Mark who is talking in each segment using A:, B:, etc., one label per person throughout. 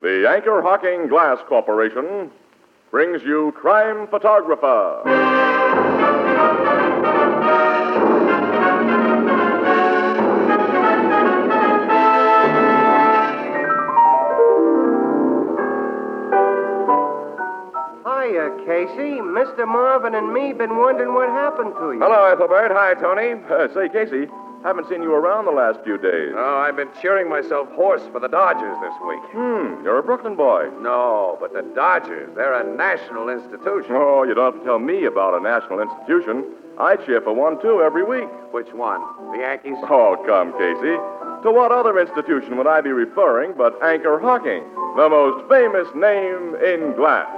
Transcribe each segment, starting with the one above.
A: The Anchor Hocking Glass Corporation brings you Crime Photographer.
B: Hiya, Casey. Mr. Marvin and me been wondering what happened to you.
A: Hello, Ethelbert. Hi, Tony. Uh, say, Casey, haven't seen you around the last few days.
C: Oh, I've been cheering myself hoarse for the Dodgers this week.
A: Hmm, you're a Brooklyn boy.
C: No, but the Dodgers, they're a national institution.
A: Oh, you don't have to tell me about a national institution. I cheer for one, too, every week.
C: Which one? The Yankees?
A: Oh, come, Casey. To what other institution would I be referring but Anchor Hocking, the most famous name in glass?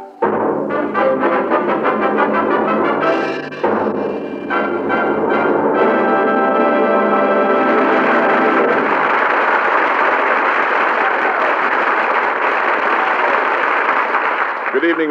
A: Good evening,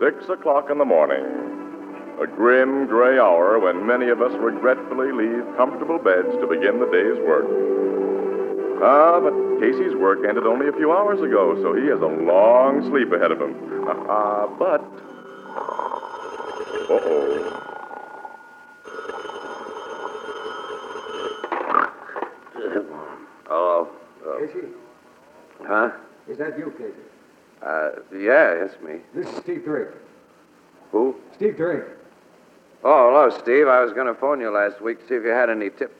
A: Six o'clock in the morning. A grim, gray hour when many of us regretfully leave comfortable beds to begin the day's work. Ah, but Casey's work ended only a few hours ago, so he has a long sleep ahead of him. Ah, but. Uh oh.
C: Hello.
D: Casey,
C: Oh, uh, Huh?
D: is that you, Casey?
C: Uh, yeah, it's me.
D: This is Steve Drake.
C: Who?
D: Steve Drake.
C: Oh, hello, Steve. I was going to phone you last week to see if you had any tip.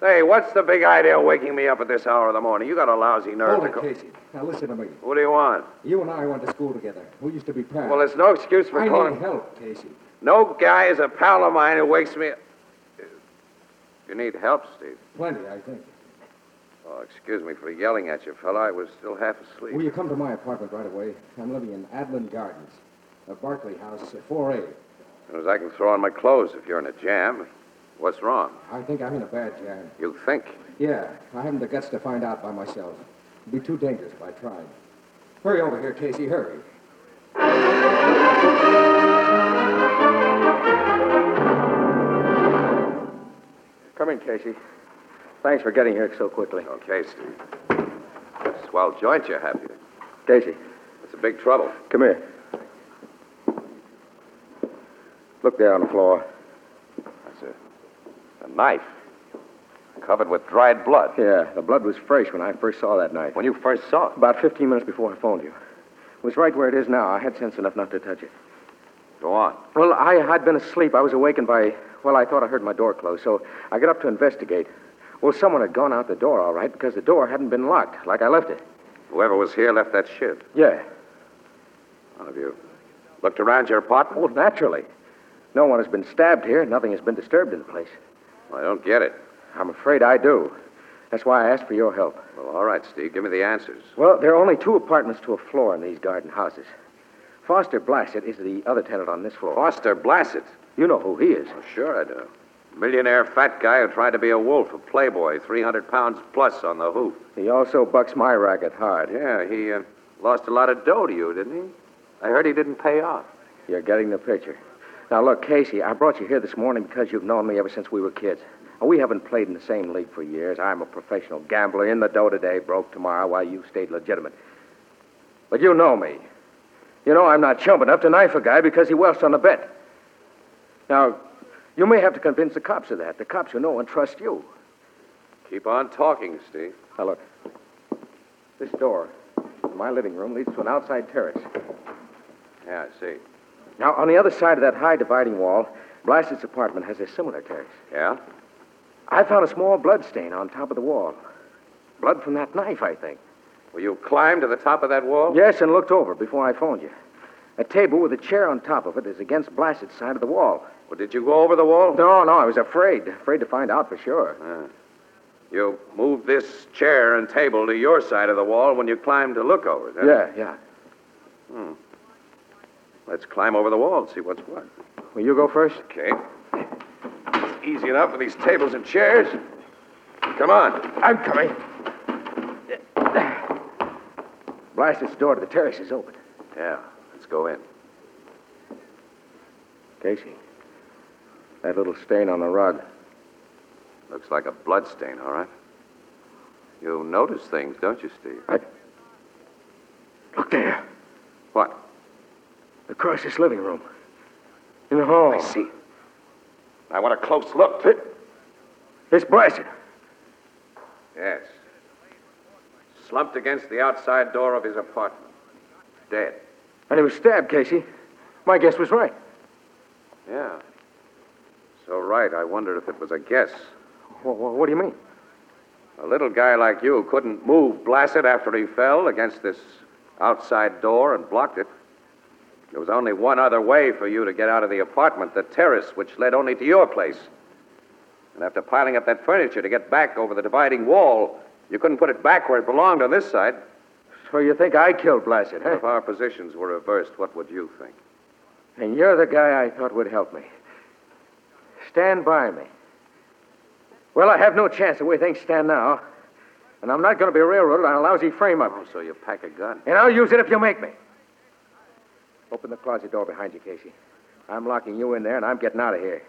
C: Hey, what's the big idea of waking me up at this hour of the morning? You got a lousy nerve
D: Hold
C: to
D: it,
C: go.
D: Casey. Now listen to me.
C: What do you want?
D: You and I went to school together. We used to be pals.
C: Well, it's no excuse for
D: I
C: calling.
D: need help, Casey.
C: No guy is a pal of mine who wakes me. You need help, Steve.
D: Plenty, I think.
C: Oh, excuse me for yelling at you, fella. I was still half asleep.
D: Will you come to my apartment right away? I'm living in Adlin Gardens, a Barclay house, uh, 4A.
C: soon as I can throw on my clothes if you're in a jam. What's wrong?
D: I think I'm in a bad jam.
C: You think.
D: Yeah, I haven't the guts to find out by myself. It'd be too dangerous if I tried. Hurry over here, Casey. Hurry.
E: Come in, Casey. Thanks for getting here so quickly.
C: Okay, Steve. Swell joint you're happy. with.
E: Casey,
C: It's a big trouble.
E: come here. Look there on the floor.
C: That's a, a knife covered with dried blood.
E: Yeah, the blood was fresh when I first saw that knife.
C: When you first saw it,
E: About 15 minutes before I phoned you. It was right where it is now. I had sense enough not to touch it.
C: go on.
E: Well, I had been asleep. I was awakened by, well, I thought I heard my door close, so I got up to investigate. Well, someone had gone out the door, all right, because the door hadn't been locked like I left it.
C: Whoever was here left that shit.
E: Yeah.
C: None of you looked around your apartment.
E: Well, naturally. No one has been stabbed here. Nothing has been disturbed in the place.
C: I don't get it.
E: I'm afraid I do. That's why I asked for your help.
C: Well, all right, Steve. Give me the answers.
E: Well, there are only two apartments to a floor in these garden houses. Foster Blassett is the other tenant on this floor.
C: Foster Blassett.
E: You know who he is.
C: Oh, sure I do. Millionaire fat guy who tried to be a wolf, a playboy, 300 pounds plus on the hoop.
E: He also bucks my racket hard.
C: Yeah, he uh, lost a lot of dough to you, didn't he? I heard he didn't pay off.
E: You're getting the picture. Now, look, Casey, I brought you here this morning because you've known me ever since we were kids. We haven't played in the same league for years. I'm a professional gambler in the dough today, broke tomorrow, while you stayed legitimate. But you know me. You know I'm not chump enough to knife a guy because he welched on a bet. Now, you may have to convince the cops of that, the cops who know and trust you.
C: Keep on talking, Steve.
E: Now, look. This door in my living room leads to an outside terrace.
C: Yeah, I see.
E: Now, on the other side of that high dividing wall, Blassett's apartment has a similar terrace.
C: Yeah?
E: I found a small blood stain on top of the wall. Blood from that knife, I think.
C: Will you climb to the top of that wall?
E: Yes, and looked over before I phoned you. A table with a chair on top of it is against Blassett's side of the wall.
C: Well, did you go over the wall? Uh,
E: No, no, I was afraid. Afraid to find out for sure.
C: You moved this chair and table to your side of the wall when you climbed to look over. then?
E: Yeah, yeah.
C: Let's climb over the wall and see what's what.
E: Will you go first?
C: Okay. It's easy enough with these tables and chairs. Come on.
E: I'm coming. Blast this door to the terrace is open.
C: Yeah, let's go in.
E: Casey, that little stain on the rug.
C: Looks like a blood stain, all right. You notice things, don't you, Steve?
E: I... Look there,
C: What?
E: across this living room, in the hall.
C: I see. I want a close look.
E: It's blasted.
C: Yes. Slumped against the outside door of his apartment. Dead.
E: And he was stabbed, Casey. My guess was right.
C: Yeah. So right, I wondered if it was a guess.
E: Wha- wha- what do you mean?
C: A little guy like you couldn't move Blassett after he fell against this outside door and blocked it. There was only one other way for you to get out of the apartment, the terrace, which led only to your place. And after piling up that furniture to get back over the dividing wall, you couldn't put it back where it belonged on this side.
E: So you think I killed Blasted, huh?
C: If our positions were reversed, what would you think?
E: And you're the guy I thought would help me. Stand by me. Well, I have no chance the way things stand now. And I'm not going to be railroaded on a lousy frame up.
C: Oh, so you pack a gun.
E: And I'll use it if you make me. Open the closet door behind you, Casey. I'm locking you in there, and I'm getting out of here.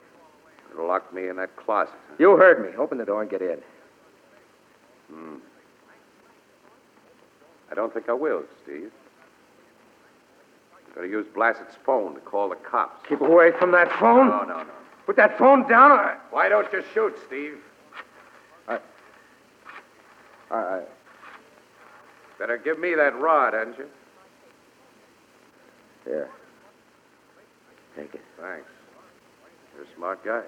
C: It'll lock me in that closet.
E: You heard me. Open the door and get in.
C: Hmm. I don't think I will, Steve. I'm going to use Blassett's phone to call the cops.
E: Keep away from that phone.
C: No, no, no.
E: Put that phone down. Or...
C: Why don't you shoot, Steve?
E: All right.
C: Better give me that rod, hadn't you?
E: Here. Take it.
C: Thanks. You're a smart guy.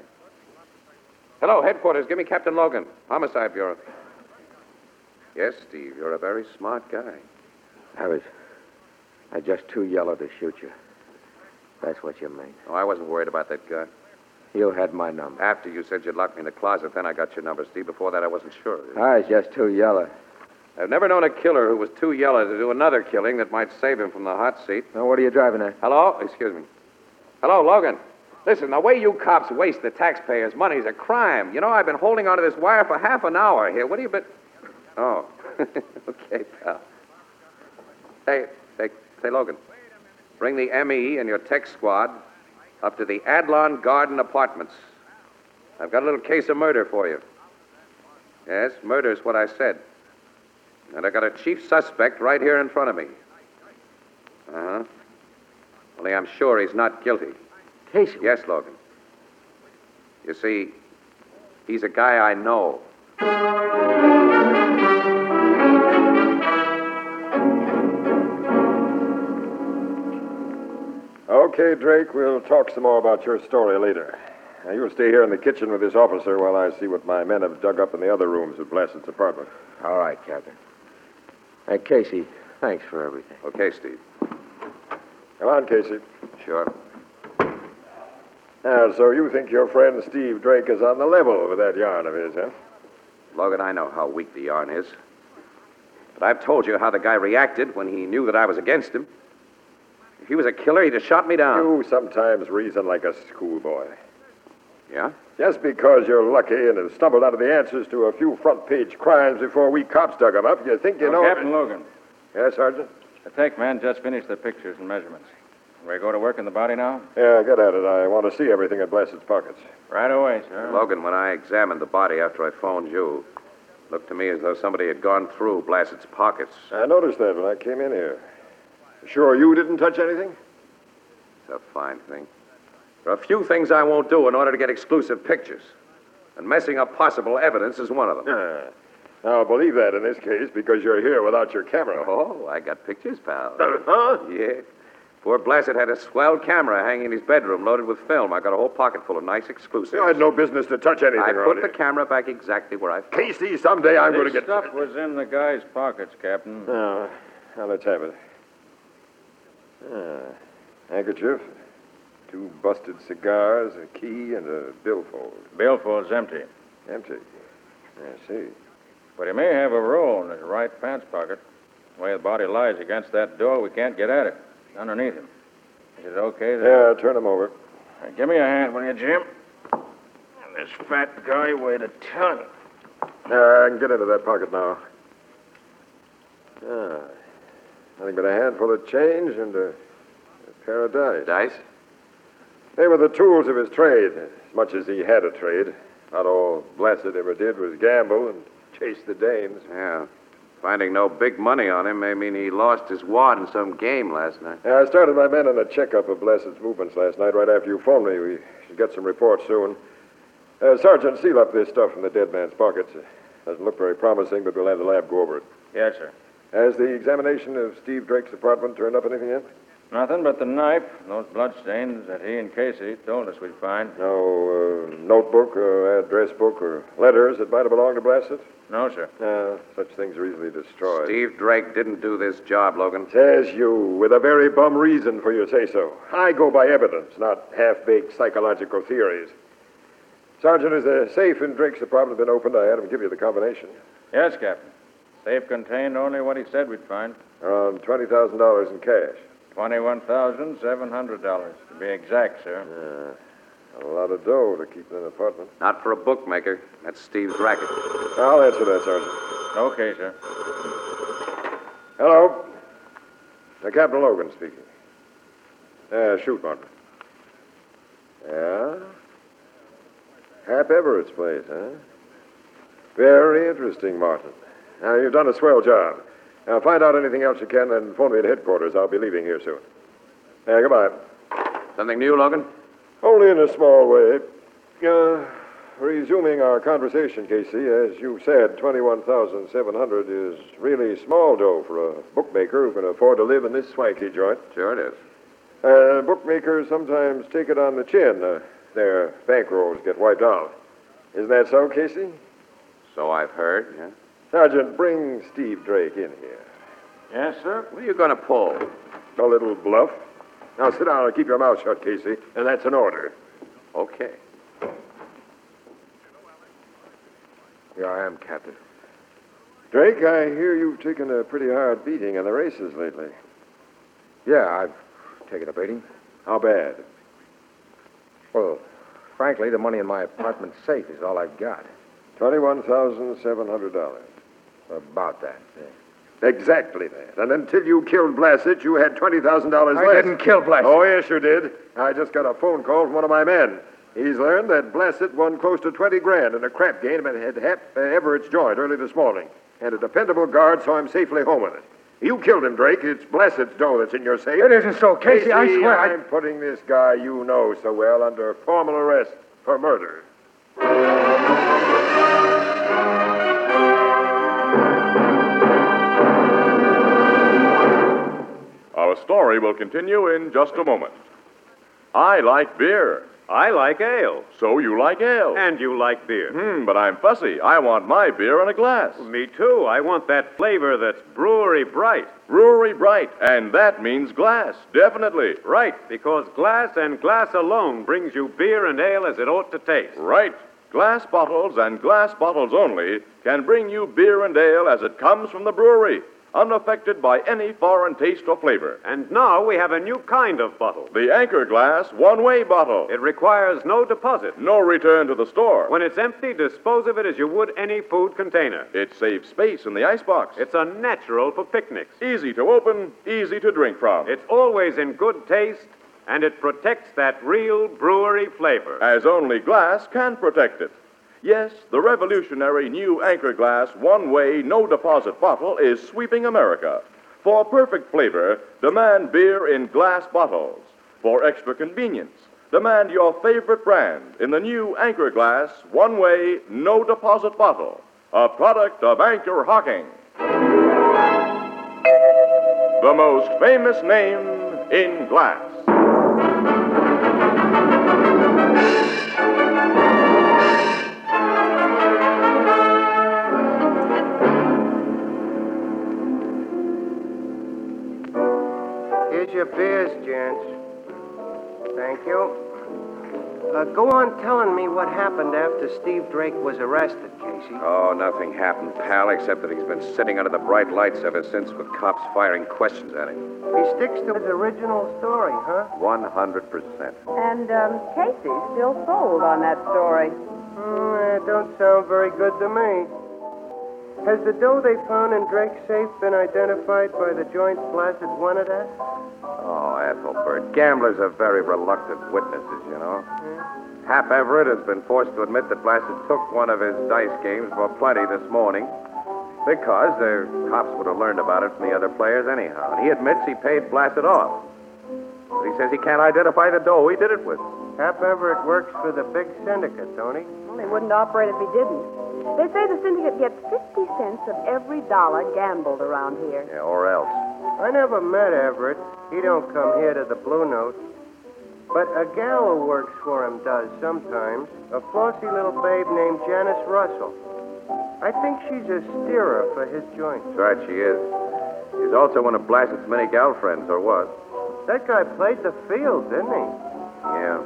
C: Hello, headquarters. Give me Captain Logan, Homicide Bureau. Yes, Steve, you're a very smart guy.
E: I was. I just too yellow to shoot you. That's what you mean.
C: No, Oh, I wasn't worried about that gun.
E: You had my number.
C: After you said you'd lock me in the closet, then I got your number, Steve. Before that, I wasn't sure.
E: I was just too yellow.
C: I've never known a killer who was too yellow to do another killing that might save him from the hot seat.
E: Now, what are you driving at?
C: Hello? Excuse me. Hello, Logan. Listen, the way you cops waste the taxpayers' money is a crime. You know, I've been holding onto this wire for half an hour here. What have you been. Oh. okay, pal. Hey, hey, say, Logan, bring the ME and your tech squad up to the Adlon Garden Apartments. I've got a little case of murder for you. Yes, murder is what I said. And I got a chief suspect right here in front of me. Uh huh. Only I'm sure he's not guilty.
E: Casey.
C: Yes, Logan. You see, he's a guy I know.
F: Okay, Drake, we'll talk some more about your story later. Now, you'll stay here in the kitchen with this officer while I see what my men have dug up in the other rooms of Blassett's apartment.
E: All right, Captain. Hey, Casey, thanks for everything.
C: Okay, Steve.
F: Come on, Casey.
C: Sure.
F: Now, so you think your friend Steve Drake is on the level with that yarn of his, huh?
C: Logan, I know how weak the yarn is. But I've told you how the guy reacted when he knew that I was against him. If he was a killer, he'd have shot me down.
F: You sometimes reason like a schoolboy.
C: Yeah?
F: Just because you're lucky and have stumbled out of the answers to a few front page crimes before we cops dug 'em up, you think you know.
G: Captain Logan,
F: Yes, Sergeant?
G: the tech man just finished the pictures and measurements. Ready to go to work in the body now?
F: Yeah, get at it. I want to see everything in Blassett's pockets.
G: Right away, sir.
C: Logan, when I examined the body after I phoned you, it looked to me as though somebody had gone through Blassett's pockets.
F: I noticed that when I came in here. Sure, you didn't touch anything?
C: It's a fine thing. There are a few things I won't do in order to get exclusive pictures. And messing up possible evidence is one of them.
F: Yeah. Ah. Now, I'll believe that in this case because you're here without your camera. Uh-huh.
C: Oh, I got pictures, pal.
F: Huh?
C: Yeah. Poor Blassett had a swell camera hanging in his bedroom loaded with film. I got a whole pocket full of nice exclusives.
F: You had no business to touch anything
C: I
F: around
C: put the camera back exactly where I found
F: here. Casey, someday I'm going to
G: this
F: get.
G: stuff was in the guy's pockets, Captain.
F: Now, now, let's Oh, have it. Ah, handkerchief, two busted cigars, a key, and a billfold.
G: Billfold's empty,
F: Empty. I see.
G: but he may have a roll in his right pants pocket. The way the body lies against that door, we can't get at it. underneath him. Is it okay? that-
F: Yeah, turn him over.
G: All right, give me a hand, will you, Jim? This fat guy weighed a ton.
F: Yeah, Uh, I can get into that pocket now. Ah, nothing but a handful of change and a, a pair of dice.
C: Dice?
F: They were the tools of his trade, as much as he had a trade. Not all Blasted ever did was gamble and chase the dames.
C: Yeah. Finding no big money on him may mean he lost his wad in some game last night.
F: Yeah, I started my men on a checkup of Blessed's movements last night right after you phoned me. We should get some reports soon. Uh, Sergeant, seal up this stuff in the dead man's pockets. It doesn't look very promising, but we'll have the lab go over it.
G: Yes, sir.
F: Has the examination of Steve Drake's apartment turned up anything yet?
G: Nothing but the knife and those bloodstains that he and Casey told us we'd find.
F: No uh, notebook or address book or letters that might have belonged to Blasted?
G: No, sir.
F: No,
C: uh,
F: such things are easily destroyed.
C: Steve Drake didn't do this job, Logan.
F: Says you, with a very bum reason for your say so. I go by evidence, not half baked psychological theories. Sergeant, is the safe in Drake's apartment been opened? I had him give you the combination.
G: Yes, Captain. Safe contained only what he said we'd find.
F: Around $20,000 in cash.
G: Twenty-one thousand seven hundred dollars, to be exact, sir.
F: A lot of dough to keep in an apartment.
C: Not for a bookmaker. That's Steve's racket.
F: I'll answer that, Sergeant.
G: Okay, sir.
F: Hello? Uh, Captain Logan speaking. Uh, shoot, Martin. Yeah? Hap Everett's place, huh? Very interesting, Martin. Now, you've done a swell job. Now, find out anything else you can and phone me at headquarters. I'll be leaving here soon. Yeah, goodbye.
C: Something new, Logan?
F: Only in a small way. Uh, resuming our conversation, Casey, as you said, 21700 is really small dough for a bookmaker who can afford to live in this swanky joint.
C: Sure it is.
F: Uh, bookmakers sometimes take it on the chin. Uh, their bankrolls get wiped out. Isn't that so, Casey?
C: So I've heard, yeah.
F: Sergeant, bring Steve Drake in here.
G: Yes, sir.
C: What are you going to pull?
F: A little bluff. Now sit down and keep your mouth shut, Casey, and that's an order.
C: Okay.
E: Here I am, Captain.
F: Drake, I hear you've taken a pretty hard beating in the races lately.
E: Yeah, I've taken a beating.
F: How bad?
E: Well, frankly, the money in my apartment safe is all I've got.
F: $21,700.
E: About that.
F: Exactly that. And until you killed Blasett, you had $20,000 less.
E: I didn't kill Black.
F: Oh, yes, you did. I just got a phone call from one of my men. He's learned that Blasett won close to 20 grand in a crap game at had Hep, uh, Everett's joint early this morning. And a dependable guard saw him safely home with it. You killed him, Drake. It's Blasett's dough that's in your safe.
E: It isn't so, Casey. I swear. I...
F: am putting this guy you know so well under formal arrest for murder.
A: Our story will continue in just a moment. I like beer.
H: I like ale.
A: So you like ale.
H: And you like beer. Oh,
A: Hmm, but I'm fussy. I want my beer in a glass.
H: Me too. I want that flavor that's brewery bright.
A: Brewery bright, and that means glass, definitely.
H: Right, because glass and glass alone brings you beer and ale as it ought to taste.
A: Right. Glass bottles and glass bottles only can bring you beer and ale as it comes from the brewery, unaffected by any foreign taste or flavor.
H: And now we have a new kind of bottle.
A: The Anchor Glass one way bottle.
H: It requires no deposit.
A: No return to the store.
H: When it's empty, dispose of it as you would any food container.
A: It saves space in the icebox.
H: It's a natural for picnics.
A: easy to open, easy to drink from.
H: It's always in good taste, and it protects that real brewery flavor.
A: as only glass can protect it. Yes, the revolutionary new Anchor Glass one way, no deposit bottle is sweeping America. For perfect flavor, demand beer in glass bottles. For extra convenience, demand your favorite brand in the new Anchor Glass one way, no deposit bottle, a product of Anchor Hocking. The most famous name in glass.
B: Here's your beers, gents. Thank you. Uh, go on telling me what happened after Steve Drake was arrested, Casey. Casey?
C: Oh, nothing happened, pal, except that he's been sitting under the bright lights ever since with cops firing questions at him.
B: He sticks to his original story, huh?
C: 100%.
I: And um, Casey's still sold on that story.
B: Mm, it don't sound very good to me. Has the dough they found in Drake's safe been identified by the Joint Placid wanted us?
C: Oh, Ethelbert, gamblers are very reluctant witnesses, you know.
B: Hmm.
C: Hap Everett has been forced to admit that Blassett took one of his dice games for plenty this morning because the cops would have learned about it from the other players anyhow. And he admits he paid Blassett off. But he says he can't identify the dough he did it with.
B: Hap Everett works for the big syndicate, don't he?
I: Well, they wouldn't operate if he didn't. They say the syndicate gets 50 cents of every dollar gambled around here.
C: Yeah, or else.
B: I never met Everett. He don't come here to the Blue Note. But a gal who works for him does sometimes. A flossy little babe named Janice Russell. I think she's a steerer for his joint.
C: That's right, she is. She's also one of Blassett's many gal friends, or was.
B: That guy played the field, didn't he?
C: Yeah.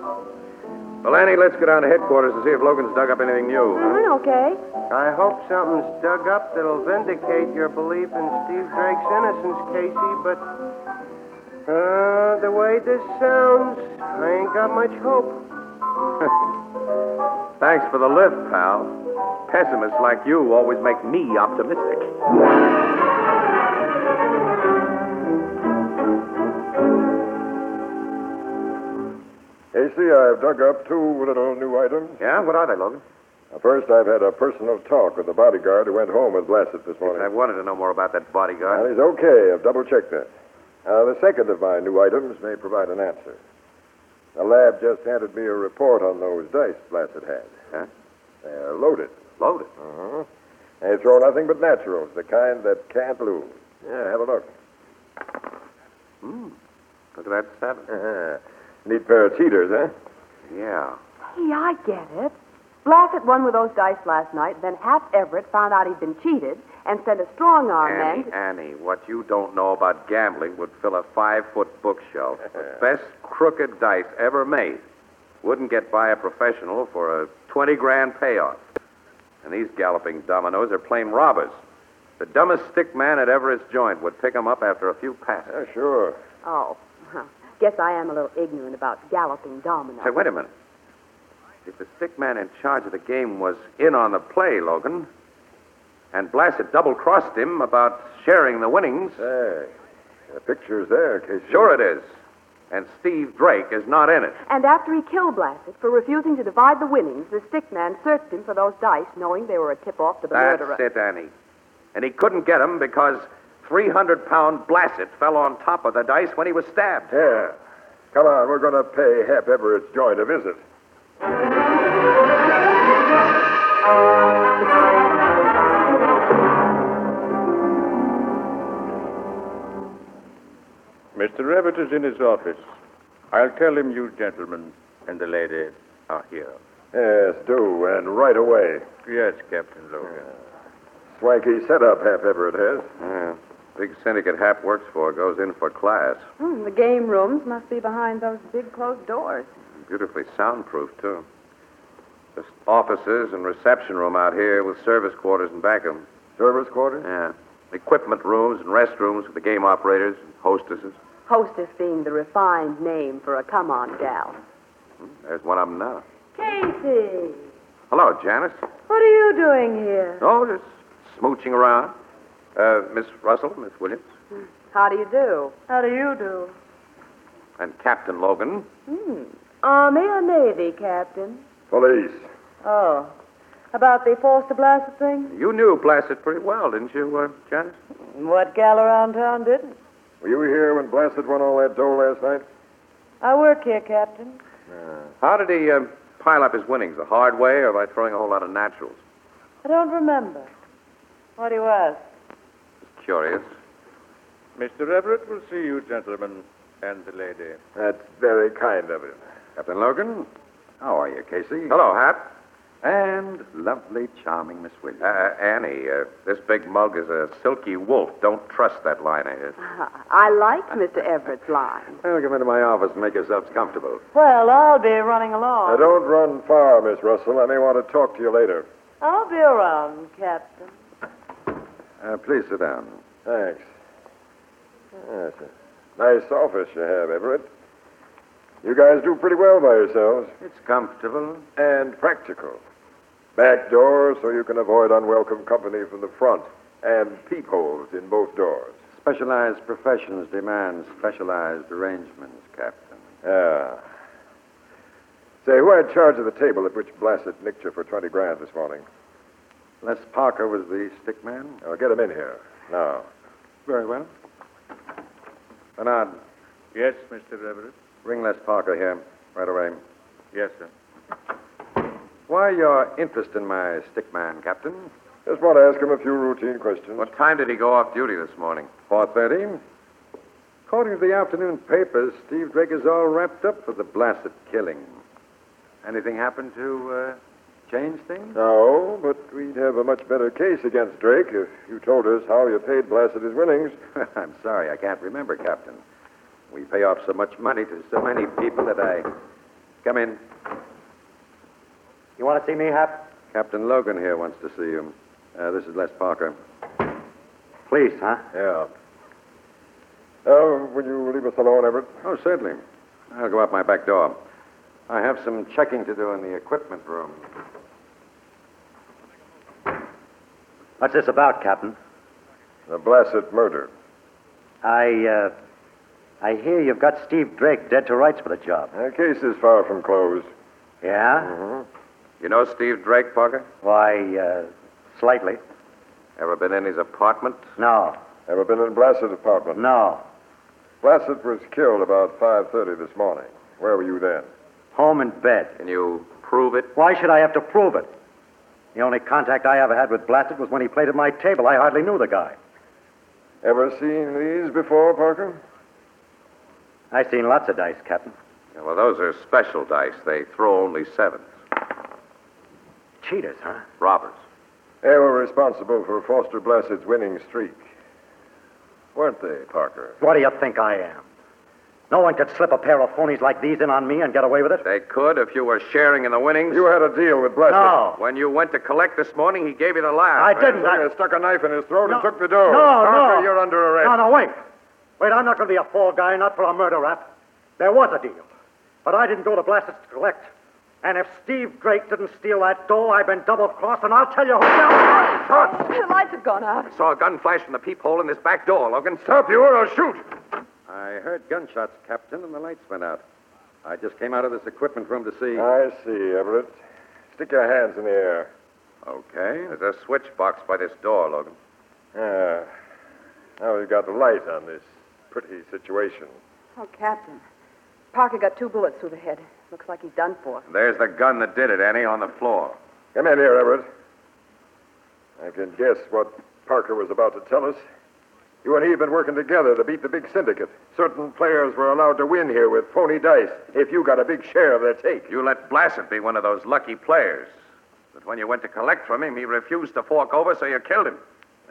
C: Well, Annie, let's go down to headquarters and see if Logan's dug up anything new. huh?
I: Mm-hmm, okay.
B: I hope something's dug up that'll vindicate your belief in Steve Drake's innocence, Casey, but. Uh, the way this sounds, I ain't got much hope.
C: Thanks for the lift, pal. Pessimists like you always make me optimistic.
F: Casey, I've dug up two little new items.
C: Yeah, what are they, Logan?
F: First, I've had a personal talk with the bodyguard who went home with Blassett this morning.
C: I wanted to know more about that bodyguard.
F: Well, he's okay. I've double checked that. Uh, the second of my new items may provide an answer. The lab just handed me a report on those dice Blassett had.
C: Huh?
F: They're loaded.
C: Loaded.
F: Mm-hmm. They throw nothing but naturals, the kind that can't lose. Yeah, have a look.
C: Hmm. Look at that seven.
F: Uh-huh. Neat pair of cheaters, huh?
C: Yeah.
I: Gee, I get it. Blackett won with those dice last night, then Hap Everett found out he'd been cheated and sent a strong arm man.
C: Annie,
I: to-
C: Annie, what you don't know about gambling would fill a five-foot bookshelf. the best crooked dice ever made. Wouldn't get by a professional for a 20 grand payoff. And these galloping dominoes are plain robbers. The dumbest stick man at Everett's joint would pick 'em up after a few passes.
F: Yeah, sure.
I: Oh, huh. guess I am a little ignorant about galloping dominoes.
C: Say, wait a minute. If the stick man in charge of the game was in on the play, Logan, and Blassett double crossed him about sharing the winnings,
F: Hey, the picture's there, Casey.
C: sure it is. And Steve Drake is not in it.
I: And after he killed Blassett for refusing to divide the winnings, the stick man searched him for those dice, knowing they were a tip-off to the
C: That's
I: murderer.
C: it, Annie. And he couldn't get 'em because 300 pound Blassett fell on top of the dice when he was stabbed.
F: Yeah. Come on, we're going to pay Hep Everett's joint a visit.
G: Mr. Everett is in his office. I'll tell him you gentlemen and the lady are here.
F: Yes, do, and right away.
G: Yes, Captain Logan.
F: Swanky setup Hep Everett has.
C: Yeah. Big syndicate Hap works for goes in for class.
I: Hmm, the game rooms must be behind those big closed doors.
C: Beautifully soundproof, too. Just offices and reception room out here with service quarters and back of 'em.
F: Service quarters?
C: Yeah. Equipment rooms and restrooms for the game operators and hostesses.
I: Hostess being the refined name for a come-on gal.
C: There's one of 'em now.
I: Casey,
C: Hello, Janice.
I: what are you doing here?
C: Oh, just smooching around. Uh, Miss Russell, Miss Williams,
I: How do you do?
J: How do you do?
C: and Captain Logan.
I: Hmm. Army or Navy, Captain?
F: Police.
J: Oh, about the Foster Blaster thing?
C: You knew Blassett pretty well, didn't you, uh, Janice?
J: What gal around town didn't?
F: Were you here when Blassett won all that dough last night?
J: I work here, Captain.
C: How did he uh, pile up his winnings? The hard way or by throwing a whole lot of naturals?
J: I don't remember. What do you ask?
C: Just curious.
G: Mr. Everett will see you gentlemen and the lady.
F: That's very kind of him.
C: Captain Logan?
K: How are you, Casey?
C: Hello, Hap.
K: And lovely, charming Miss Williams.
C: Uh, Annie, uh, this big mug is a silky wolf. Don't trust that line of his.
I: I liked Mr. Everett's line.
C: Well, come into my office and make yourselves comfortable.
J: Well, I'll be running
F: Now,
J: along.
F: don't run far, Miss Russell. I may want to talk to you later.
J: I'll be around, Captain.
C: Uh, please sit down.
F: Thanks. That's a nice office you have, Everett. You guys do pretty well by yourselves.
C: It's comfortable.
F: And practical. Back doors so you can avoid unwelcome company from the front, and peepholes in both doors.
C: Specialized professions demand specialized arrangements, Captain.
F: Yeah. Ah. Say, who had charge of the table at which Blassett nicked you for 20 grand this morning?
C: Les Parker was the stick man?
F: Oh, get him in here. Now.
C: Very well. Bernard,
L: Yes, Mr. Everett?
C: bring Les Parker here right away.
L: Yes, sir.
C: Why your interest in my stick man, Captain?
F: Just want to ask him a few routine questions.
C: What time did he go off duty this morning? 4.30. According to the afternoon papers, Steve Drake is all wrapped up for the Blassett killing. Anything happened to uh, change things?
F: No, but we'd have a much better case against Drake if you told us how you paid Blassett his winnings.
C: I'm sorry, I can't remember, Captain. We pay off so much money to so many people that I. Come in.
M: You want to see me, Hap?
C: Captain Logan here wants to see you. Uh, this is Les Parker.
M: Please, huh?
F: Yeah. Oh, will you leave us alone, Everett?
C: Oh, certainly. I'll go out my back door. I have some checking to do in the equipment room.
M: What's this about, Captain?
F: The Blassett murder.
M: I, uh, I hear you've got Steve Drake dead to rights for the job.
F: The case is far from closed.
M: Yeah?
C: Mm-hmm. You know Steve Drake, Parker?
M: Why, uh, slightly.
C: Ever been in his apartment?
M: No,
F: Ever been in Blassett's apartment?
M: no.
F: Blassett was killed about 5.30 this morning. Where were you then?
M: Home and bed.
C: Can you prove it?
M: Why should I have to prove it? The only contact I ever had with Blassett was when he played at my table. I hardly knew the guy.
F: Ever seen these before, Parker?
M: I've seen lots of dice, Captain.
C: Yeah, well, those are special dice. They throw only sevens.
M: Cheaters, huh?
C: Robbers.
F: They were responsible for Foster Blassett's winning streak. Weren't they, Parker?
M: What do you think I am? No one could slip a pair of phonies like these in on me and get away with it.
C: They could if you were sharing in the winnings.
F: You had a deal with Blassett.
M: No.
C: When you went to collect this morning, he gave you the laugh.
M: I didn't. I-
F: He stuck a knife in his throat
M: No.
F: and took the dough.
M: No,
F: Parker,
M: no.
F: you're under arrest.
M: No, no, wait. Wait, I'm not going to be a fall guy, not for a murder rap. There was a deal. But I didn't go to Blassett's to collect. And if Steve Drake didn't steal that dough, I've been double crossed, and I'll tell you who. Shot!
I: The lights have gone out.
C: I saw a gun flash from the peephole in this back door, Logan.
F: Stop you or I'll shoot.
C: I heard gunshots, Captain, and the lights went out. I just came out of this equipment room to see.
F: I see, Everett. Stick your hands in the air.
C: Okay. There's a switch box by this door, Logan.
F: Yeah. Uh, Now we've got light on this pretty situation.
I: Oh, Captain. Parker got two bullets through the head. Looks like he's done for.
C: There's the gun that did it, Annie, on the floor.
F: Come in here, Everett. I can guess what Parker was about to tell us. You and he have been working together to beat the big syndicate. Certain players were allowed to win here with phony dice if you got a big share of their take.
C: You let Blassett be one of those lucky players. But when you went to collect from him, he refused to fork over, so you killed him.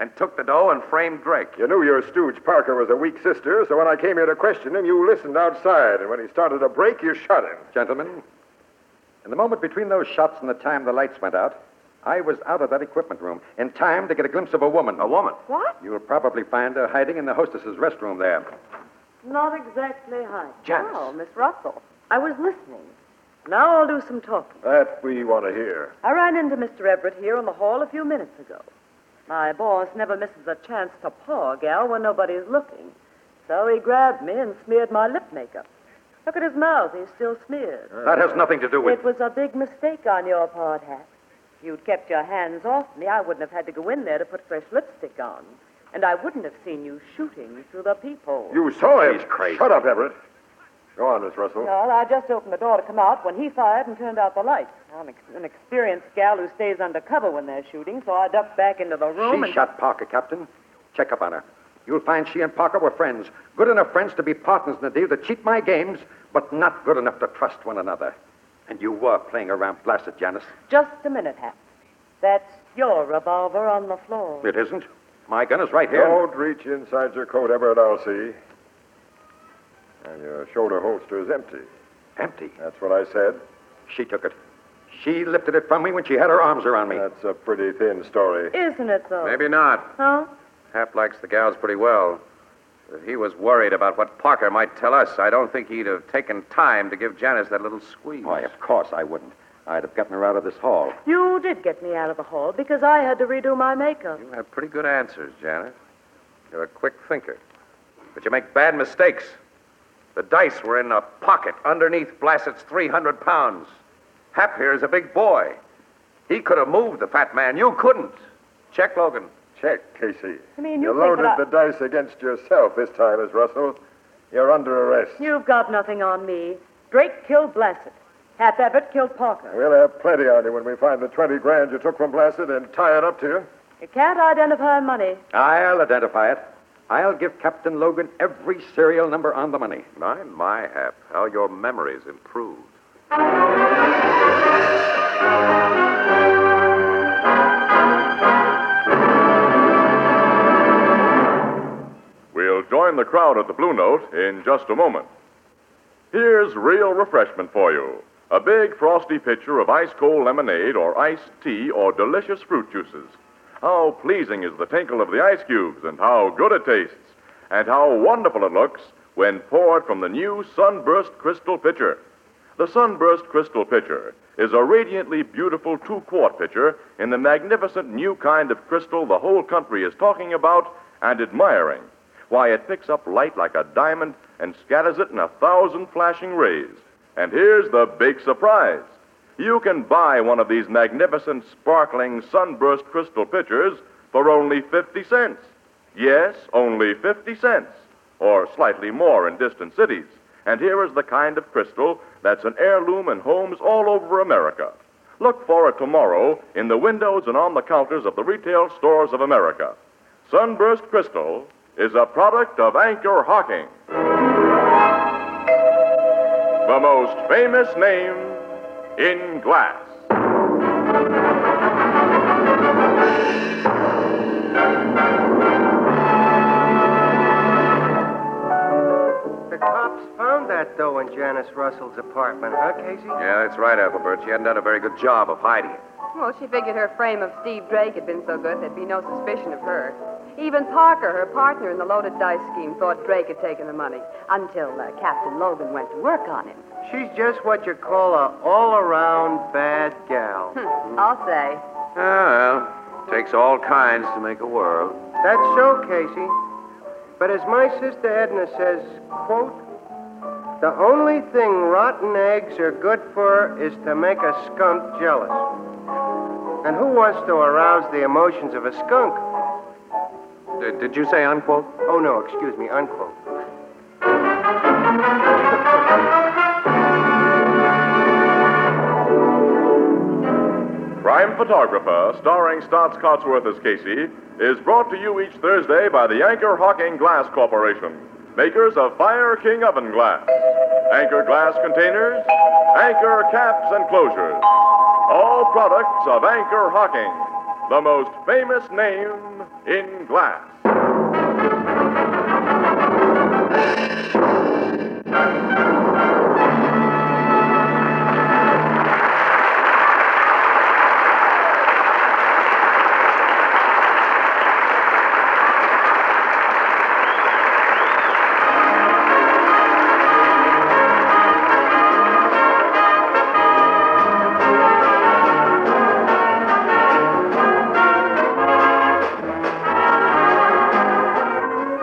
C: And took the dough and framed Drake.
F: You knew your stooge Parker was a weak sister, so when I came here to question him, you listened outside, and when he started to break, you shot him.
C: Gentlemen, in the moment between those shots and the time the lights went out, I was out of that equipment room in time to get a glimpse of a woman. A woman?
I: What?
C: You'll probably find her hiding in the hostess's restroom there.
J: Not exactly high.
C: Janice.
J: Oh, Miss Russell. I was listening. Now I'll do some talking.
F: That we want to hear.
J: I ran into Mr. Everett here in the hall a few minutes ago. My boss never misses a chance to paw a gal when nobody's looking. So he grabbed me and smeared my lip makeup. Look at his mouth. He's still smeared.
C: That has nothing to do with.
J: It was a big mistake on your part, Hap. If you'd kept your hands off me, I wouldn't have had to go in there to put fresh lipstick on. And I wouldn't have seen you shooting through the peephole.
F: You saw him.
C: He's crazy.
F: Shut up, Everett. Go on, Miss Russell.
J: Well, I just opened the door to come out when he fired and turned out the lights. I'm ex- an experienced gal who stays undercover when they're shooting, so I ducked back into the room
C: She
J: and...
C: shot Parker, Captain. Check up on her. You'll find she and Parker were friends. Good enough friends to be partners in a deal to cheat my games, but not good enough to trust one another. And you were playing around Blasted, Janice.
J: Just a minute, Hap. That's your revolver on the floor.
C: It isn't. My gun is right here.
N: Oh,
F: Don't reach inside your coat, Everett, I'll see. And your shoulder holster is empty.
C: Empty.
F: That's what I said.
C: She took it.
N: She lifted it from me when she had her arms around me. That's a pretty thin story.
J: Isn't it, though?
C: Maybe not.
J: Huh?
C: Hap likes the gals pretty well. If he was worried about what Parker might tell us, I don't think he'd have taken time to give Janice that little squeeze.
N: Why, of course I wouldn't. I'd have gotten her out of this hall.
J: You did get me out of the hall because I had to redo my makeup.
C: You have Uh, pretty good answers, Janice. You're a quick thinker. But you make bad mistakes. The dice were in a pocket underneath Blassett's 300 pounds. Hap here is a big boy. He could have moved the fat man. You couldn't. Check, Logan.
F: Check, Casey.
J: I mean,
F: you
J: you think
F: loaded
J: that I-
F: the dice against yourself this time, Miss Russell. You're under arrest.
J: You've got nothing on me. Drake killed Blassett. Hap Everett killed Parker.
F: We'll have plenty on you when we find the 20 grand you took from Blassett and tie it up to you.
J: You can't identify money.
N: I'll identify it. I'll give Captain Logan every serial number on the money.
C: My, my, Hap, how your memory's improved.
A: We'll join the crowd at the Blue Note in just a moment. Here's real refreshment for you a big frosty pitcher of ice cold lemonade or iced tea or delicious fruit juices. How pleasing is the tinkle of the ice cubes and how good it tastes, and how wonderful it looks when poured from the new Sunburst Crystal Pitcher. The Sunburst Crystal Pitcher is a radiantly beautiful two quart pitcher in the magnificent new kind of crystal the whole country is talking about and admiring. Why, it picks up light like a diamond and scatters it in a thousand flashing rays. And here's the big surprise you can buy one of these magnificent, sparkling, sunburst crystal pitchers for only 50 cents. Yes, only 50 cents, or slightly more in distant cities. And here is the kind of crystal that's an heirloom in homes all over America. Look for it tomorrow in the windows and on the counters of the retail stores of America. Sunburst Crystal is a product of Anchor Hocking, the most famous name in glass.
B: The cops found that, though, in Janice Russell's apartment, huh, Casey?
C: Yeah, that's right, Ethelbert. She hadn't done a very good job of hiding it.
I: Well, she figured her frame of Steve Drake had been so good there'd be no suspicion of her. Even Parker, her partner in the loaded dice scheme, thought Drake had taken the money until uh, Captain Logan went to work on him.
B: She's just what you call a all-around bad gal.
I: Hmm, I'll say.
C: Ah, well, takes all kinds to make a world.
B: That's so, Casey. But as my sister Edna says, quote, the only thing rotten eggs are good for is to make a skunk jealous. And who wants to arouse the emotions of a skunk?
C: Did, did you say unquote?
B: Oh, no, excuse me, unquote.
A: Crime Photographer, starring Stotts Cotsworth as Casey, is brought to you each Thursday by the Anchor Hawking Glass Corporation, makers of Fire King Oven Glass, Anchor Glass Containers, Anchor Caps and Closures. All products of Anchor Hawking, the most famous name in glass.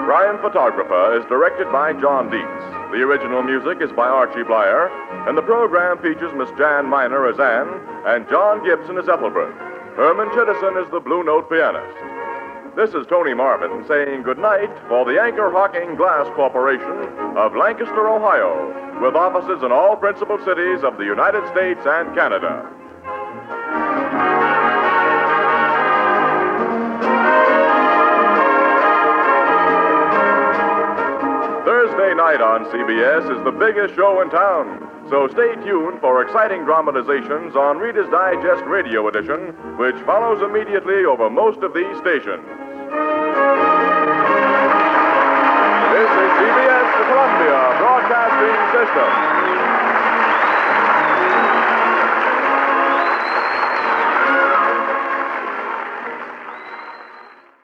A: Crime Photographer is directed by John Dietz. The original music is by Archie Blyer, and the program features Miss Jan Miner as Anne and John Gibson as Ethelbert. Herman Chittison is the Blue Note pianist. This is Tony Marvin saying goodnight for the Anchor Hawking Glass Corporation of Lancaster, Ohio, with offices in all principal cities of the United States and Canada. Thursday night on CBS is the biggest show in town. So stay tuned for exciting dramatizations on Reader's Digest Radio Edition, which follows immediately over most of these stations. This is CBS, the Columbia Broadcasting System.